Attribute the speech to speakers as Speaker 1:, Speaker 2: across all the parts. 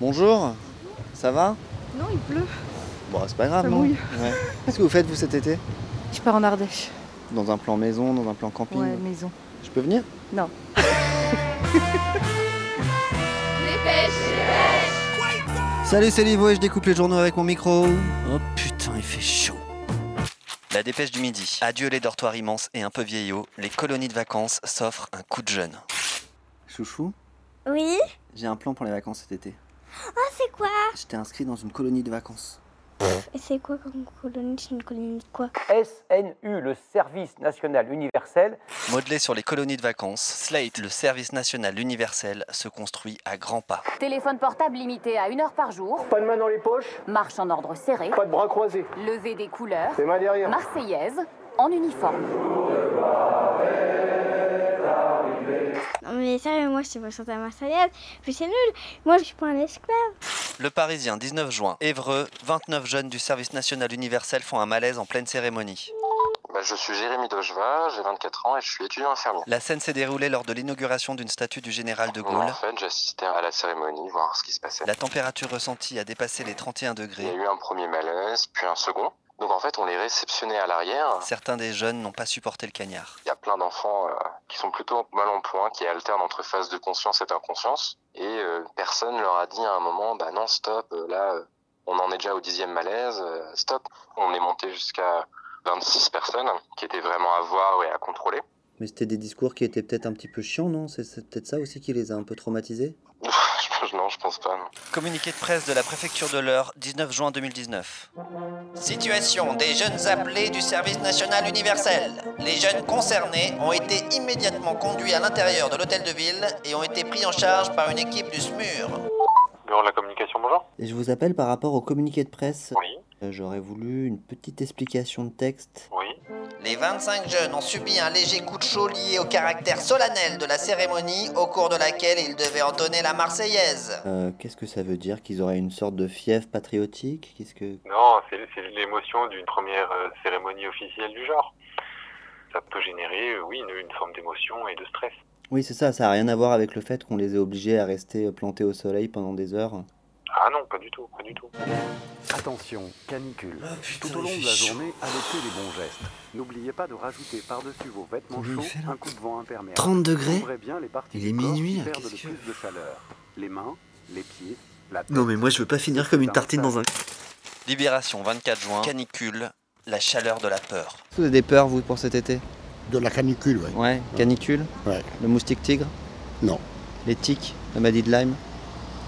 Speaker 1: Bonjour, ça va
Speaker 2: Non, il pleut.
Speaker 1: Bon, c'est pas grave,
Speaker 2: Ça
Speaker 1: non
Speaker 2: mouille.
Speaker 1: Ouais. Qu'est-ce que vous faites, vous, cet été
Speaker 2: Je pars en Ardèche.
Speaker 1: Dans un plan maison, dans un plan camping
Speaker 2: Ouais, maison.
Speaker 1: Je peux venir
Speaker 2: Non.
Speaker 1: Salut, c'est Livo et je découpe les journaux avec mon micro. Oh putain, il fait chaud. La dépêche du midi. Adieu les dortoirs immenses et un peu vieillots. Les colonies de vacances s'offrent un coup de jeune. Chouchou,
Speaker 3: Oui
Speaker 1: j'ai un plan pour les vacances cet été.
Speaker 3: Ah, c'est quoi
Speaker 1: Je t'ai inscrit dans une colonie de vacances.
Speaker 3: C'est quoi comme colonie C'est une colonie de quoi
Speaker 4: SNU, le service national universel,
Speaker 1: Modelé sur les colonies de vacances, Slate, le service national universel, se construit à grands pas.
Speaker 5: Téléphone portable limité à une heure par jour,
Speaker 6: Pas de main dans les poches,
Speaker 5: marche en ordre serré,
Speaker 6: pas de bras croisés,
Speaker 5: levée des couleurs,
Speaker 6: les mains derrière.
Speaker 5: marseillaise, en uniforme.
Speaker 3: Non, mais sérieux, moi je sais pas chanter la Marseillaise, puis c'est nul. Moi je suis pas un esclave.
Speaker 1: Le Parisien, 19 juin. Évreux, 29 jeunes du service national universel font un malaise en pleine cérémonie.
Speaker 7: Bah, je suis Jérémy Dojeva, j'ai 24 ans et je suis étudiant infirmier.
Speaker 1: La scène s'est déroulée lors de l'inauguration d'une statue du général de
Speaker 7: En
Speaker 1: Gaulle.
Speaker 7: fait, j'assistais à la cérémonie, voir ce qui se passait.
Speaker 1: La température ressentie a dépassé les 31
Speaker 7: Il y a
Speaker 1: degrés.
Speaker 7: eu un premier malaise, puis un second. Donc en fait, on les réceptionnait à l'arrière.
Speaker 1: Certains des jeunes n'ont pas supporté le cagnard.
Speaker 7: Il y a plein d'enfants euh, qui sont plutôt mal en point, qui alternent entre phase de conscience et d'inconscience. Et euh, personne leur a dit à un moment, bah non, stop, euh, là, euh, on en est déjà au dixième malaise, euh, stop. On est monté jusqu'à 26 personnes qui étaient vraiment à voir et à contrôler.
Speaker 1: Mais c'était des discours qui étaient peut-être un petit peu chiants, non C'est peut-être ça aussi qui les a un peu traumatisés
Speaker 7: Je- non, je pense pas. non.
Speaker 1: Communiqué de presse de la préfecture de l'Eure, 19 juin 2019. Situation des jeunes appelés du service national universel. Les jeunes concernés ont été immédiatement conduits à l'intérieur de l'hôtel de ville et ont été pris en charge par une équipe du SMUR.
Speaker 8: Bureau de la communication, bonjour.
Speaker 1: Je vous appelle par rapport au communiqué de presse. Euh,
Speaker 8: Oui,
Speaker 1: J'aurais voulu une petite explication de texte.
Speaker 8: oui.
Speaker 1: Les 25 jeunes ont subi un léger coup de chaud lié au caractère solennel de la cérémonie au cours de laquelle ils devaient entonner la Marseillaise. Euh, Qu'est-ce que ça veut dire Qu'ils auraient une sorte de fièvre patriotique Qu'est-ce que...
Speaker 8: Non, c'est c'est l'émotion d'une première euh, cérémonie officielle du genre. Ça peut générer, euh, oui, une, une forme d'émotion et de stress.
Speaker 1: Oui, c'est ça, ça n'a rien à voir avec le fait qu'on les ait obligés à rester plantés au soleil pendant des heures.
Speaker 8: Ah non, pas du tout, pas du tout.
Speaker 9: Attention, canicule.
Speaker 10: Ah,
Speaker 11: Ah,
Speaker 9: Tout au long de la journée, adoptez les bons gestes. N'oubliez pas de rajouter par-dessus vos vêtements
Speaker 1: Combien il
Speaker 9: chauds
Speaker 1: fait, là
Speaker 9: un coupe-vent imperméable.
Speaker 1: 30 degrés
Speaker 9: Couvrez bien les parties
Speaker 1: Il
Speaker 9: du
Speaker 1: est
Speaker 9: corps qui
Speaker 11: hein,
Speaker 1: minuit, là,
Speaker 9: perdent
Speaker 1: qu'est-ce
Speaker 9: le
Speaker 1: que-
Speaker 9: plus de chaleur. Les mains, les pieds, la tête.
Speaker 10: Non mais moi je veux pas finir comme une tartine dans un...
Speaker 1: Libération 24 juin, canicule, la chaleur de la peur.
Speaker 12: Vous avez des peurs, vous, pour cet été
Speaker 11: De la canicule, oui.
Speaker 12: Ouais, canicule
Speaker 11: Ouais.
Speaker 12: Le moustique tigre
Speaker 11: Non.
Speaker 12: Les tiques La maladie de Lyme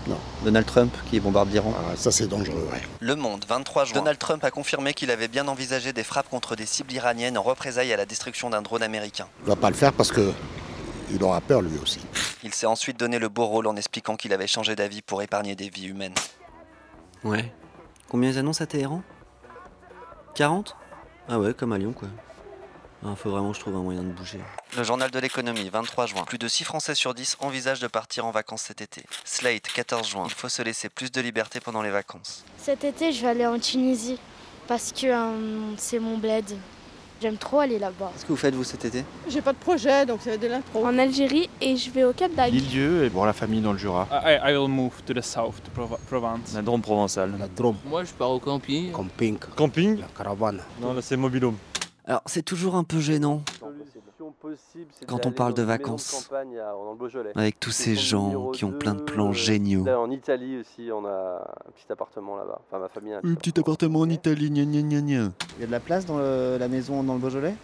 Speaker 11: Non.
Speaker 12: Donald Trump qui bombarde l'Iran
Speaker 11: Ah, ça, c'est dangereux, ouais.
Speaker 1: Le Monde, 23 juin. Donald Trump a confirmé qu'il avait bien envisagé des frappes contre des cibles iraniennes en représailles à la destruction d'un drone américain.
Speaker 11: Il va pas le faire parce que il aura peur, lui aussi.
Speaker 1: Il s'est ensuite donné le beau rôle en expliquant qu'il avait changé d'avis pour épargner des vies humaines.
Speaker 10: Ouais. Combien ils annoncent à Téhéran 40 Ah ouais, comme à Lyon quoi. Ah, faut vraiment que je trouve un moyen de bouger.
Speaker 1: Le journal de l'économie, 23 juin. Plus de 6 Français sur 10 envisagent de partir en vacances cet été. Slate, 14 juin. Il faut se laisser plus de liberté pendant les vacances.
Speaker 13: Cet été, je vais aller en Tunisie parce que euh, c'est mon bled. J'aime trop aller là-bas.
Speaker 1: Qu'est-ce que vous faites, vous, cet été
Speaker 14: J'ai pas de projet, donc ça va être de l'impro.
Speaker 3: En Algérie et je vais au Cap d'Agde.
Speaker 15: L'île-Dieu et voir la famille dans le Jura.
Speaker 16: I, I will move to the south, to Prov- Provence.
Speaker 15: La Drôme provençale.
Speaker 6: La drôme,
Speaker 16: Moi, je pars au camping.
Speaker 6: camping,
Speaker 15: Camping
Speaker 6: la caravane.
Speaker 15: Non, là c'est mobilhome.
Speaker 10: Alors c'est toujours un peu gênant quand on parle de vacances. Avec tous ces gens qui ont plein de plans géniaux.
Speaker 17: Là, en Italie aussi, on a un petit appartement là-bas. Enfin, ma famille a un
Speaker 12: appartement en Italie, gna gna gna gna. Il y a de la place dans le- la maison dans le Beaujolais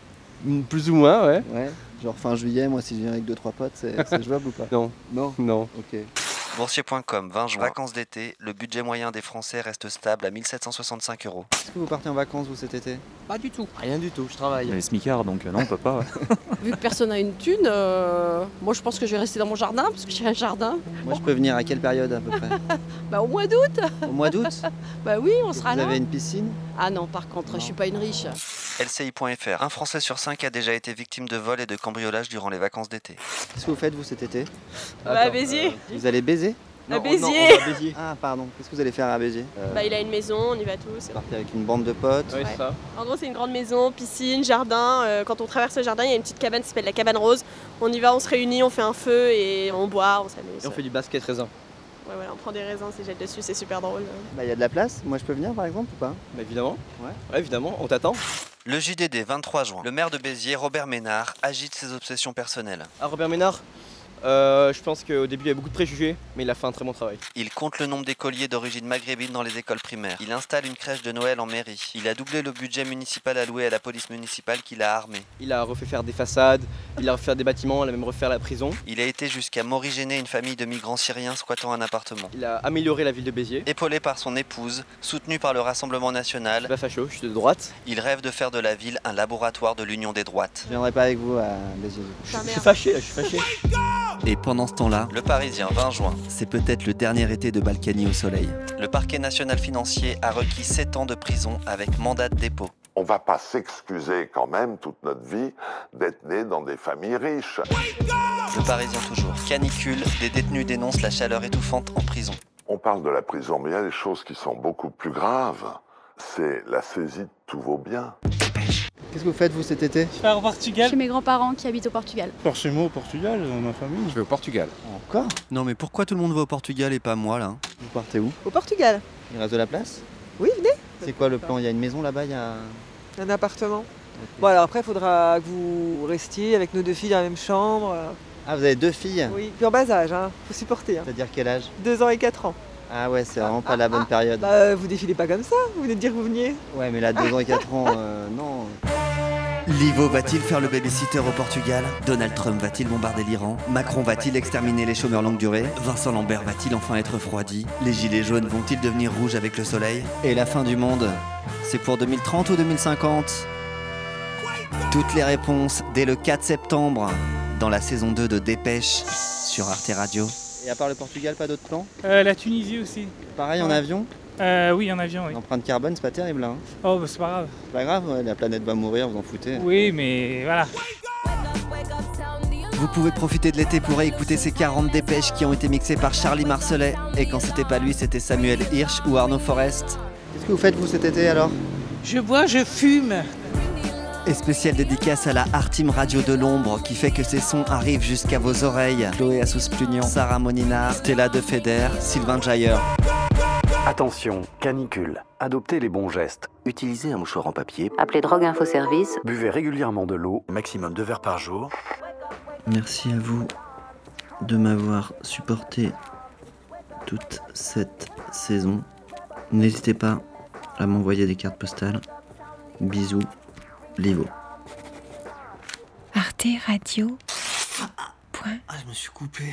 Speaker 17: Plus ou moins, ouais.
Speaker 12: Ouais. Genre fin juillet, moi, si je viens avec 2-3 potes, c'est c'est jouable ou pas
Speaker 17: Non,
Speaker 12: Non
Speaker 17: non.
Speaker 12: Ok.
Speaker 1: Boursier.com, 20 juin. Vacances d'été, le budget moyen des Français reste stable à 1765 euros.
Speaker 12: Est-ce que vous partez en vacances, vous, cet été
Speaker 14: Pas du tout. Bah,
Speaker 17: Rien du tout, je travaille.
Speaker 15: Les smicards donc euh, non, on peut pas. ouais.
Speaker 14: Vu que personne n'a une thune, euh, moi je pense que je vais rester dans mon jardin parce que j'ai un jardin.
Speaker 12: Moi, je peux venir à quelle période, à peu près
Speaker 14: Bah au mois d'août,
Speaker 12: Au mois d'août
Speaker 14: bah oui, on
Speaker 12: Vous
Speaker 14: sera là.
Speaker 12: avez une piscine
Speaker 14: Ah non, par contre, je suis pas une riche.
Speaker 1: LCI.fr, un Français sur 5 a déjà été victime de vol et de cambriolage durant les vacances d'été.
Speaker 12: Qu'est-ce que vous faites, vous, cet été
Speaker 2: Bah, Béziers.
Speaker 12: Vous allez baiser
Speaker 2: À Béziers.
Speaker 12: Ah, pardon. Qu'est-ce que vous allez faire à Béziers Euh,
Speaker 2: Bah, il a une maison, on y va tous.
Speaker 12: Partez avec une bande de potes.
Speaker 2: Ouais. En gros, c'est une grande maison, piscine, jardin. Euh, quand on traverse le jardin, il y a une petite cabane qui s'appelle la cabane rose. On y va, on se réunit, on fait un feu et on boit, on s'amuse.
Speaker 17: du basket raisin.
Speaker 18: Ah Ouais, voilà, on prend des raisins, on s'y jette dessus, c'est super drôle.
Speaker 19: Bah, il y a de la place. Moi, je peux venir, par exemple, ou pas
Speaker 6: Bah, évidemment. Ouais. ouais évidemment, on t'attend.
Speaker 20: Le JDD 23 juin, le maire de Béziers, Robert Ménard, agite ses obsessions personnelles.
Speaker 6: Ah, Robert Ménard euh, je pense qu'au début il y a beaucoup de préjugés, mais il a fait un très bon travail.
Speaker 20: Il compte le nombre d'écoliers d'origine maghrébine dans les écoles primaires. Il installe une crèche de Noël en mairie. Il a doublé le budget municipal alloué à la police municipale qu'il a armée.
Speaker 6: Il a refait faire des façades, il a refait faire des bâtiments, il a même refait la prison.
Speaker 20: Il a été jusqu'à morigéner une famille de migrants syriens squattant un appartement.
Speaker 6: Il a amélioré la ville de Béziers.
Speaker 20: Épaulé par son épouse, soutenu par le Rassemblement national.
Speaker 6: Pas facho, je suis de droite.
Speaker 20: Il rêve de faire de la ville un laboratoire de l'union des droites.
Speaker 19: Je viendrai pas avec vous à Béziers.
Speaker 6: Je, je suis hein. fâché, je suis fâché.
Speaker 1: Et pendant ce temps-là,
Speaker 20: le Parisien 20 juin,
Speaker 1: c'est peut-être le dernier été de Balkany au soleil.
Speaker 20: Le parquet national financier a requis 7 ans de prison avec mandat de dépôt.
Speaker 2: On va pas s'excuser quand même toute notre vie d'être né dans des familles riches.
Speaker 20: Le Parisien toujours. Canicule, des détenus dénoncent la chaleur étouffante en prison.
Speaker 2: On parle de la prison, mais il y a des choses qui sont beaucoup plus graves. C'est la saisie de tous vos biens.
Speaker 19: Qu'est-ce que vous faites vous cet été
Speaker 21: Je vais au Portugal.
Speaker 3: Chez mes grands-parents qui habitent au Portugal.
Speaker 21: Par chez moi au Portugal, dans ma famille.
Speaker 22: Je vais au Portugal.
Speaker 19: Encore
Speaker 1: Non mais pourquoi tout le monde va au Portugal et pas moi là hein
Speaker 19: Vous partez où
Speaker 14: Au Portugal.
Speaker 19: Il reste de la place
Speaker 14: Oui, venez.
Speaker 19: C'est quoi le plan Il y a une maison là-bas, il y a...
Speaker 14: Un appartement. Okay. Bon alors après, il faudra que vous restiez avec nos deux filles dans la même chambre.
Speaker 19: Ah, vous avez deux filles
Speaker 14: Oui, puis en bas âge, hein. faut supporter. Hein.
Speaker 19: C'est-à-dire quel âge
Speaker 14: Deux ans et quatre ans.
Speaker 19: Ah ouais, c'est vraiment ah, pas ah, la bonne période.
Speaker 14: Bah, euh, vous défilez pas comme ça, vous venez de dire que vous veniez.
Speaker 19: Ouais, mais là, 2 ans et 4 ans, euh, non.
Speaker 1: Livo va-t-il faire le babysitter au Portugal Donald Trump va-t-il bombarder l'Iran Macron va-t-il exterminer les chômeurs longue durée Vincent Lambert va-t-il enfin être refroidi Les gilets jaunes vont-ils devenir rouges avec le soleil Et la fin du monde C'est pour 2030 ou 2050 Toutes les réponses dès le 4 septembre dans la saison 2 de Dépêche sur Arte Radio.
Speaker 19: Et à part le Portugal, pas d'autres plans
Speaker 21: euh, La Tunisie aussi.
Speaker 19: Pareil en avion
Speaker 21: euh, Oui, en avion, oui.
Speaker 19: L'empreinte carbone, c'est pas terrible, hein
Speaker 21: Oh, bah, c'est pas grave.
Speaker 19: C'est pas grave, ouais, la planète va mourir, vous en foutez. hein.
Speaker 21: Oui, mais voilà.
Speaker 1: Vous pouvez profiter de l'été pour écouter ces 40 dépêches qui ont été mixées par Charlie Marcelet. Et quand c'était pas lui, c'était Samuel Hirsch ou Arnaud Forest.
Speaker 19: Qu'est-ce que vous faites, vous, cet été, alors
Speaker 23: Je bois, je fume.
Speaker 1: Et spéciale dédicace à la Artim Radio de l'Ombre qui fait que ces sons arrivent jusqu'à vos oreilles. Chloé Assous-Plugnon, Sarah Monina, Stella De Feder, Sylvain Jayer.
Speaker 9: Attention, canicule. Adoptez les bons gestes. Utilisez un mouchoir en papier.
Speaker 5: Appelez Drogue Info Service.
Speaker 9: Buvez régulièrement de l'eau, maximum 2 verres par jour.
Speaker 1: Merci à vous de m'avoir supporté toute cette saison. N'hésitez pas à m'envoyer des cartes postales. Bisous. Livo.
Speaker 24: Arte Radio.
Speaker 1: Ah, je me suis coupé.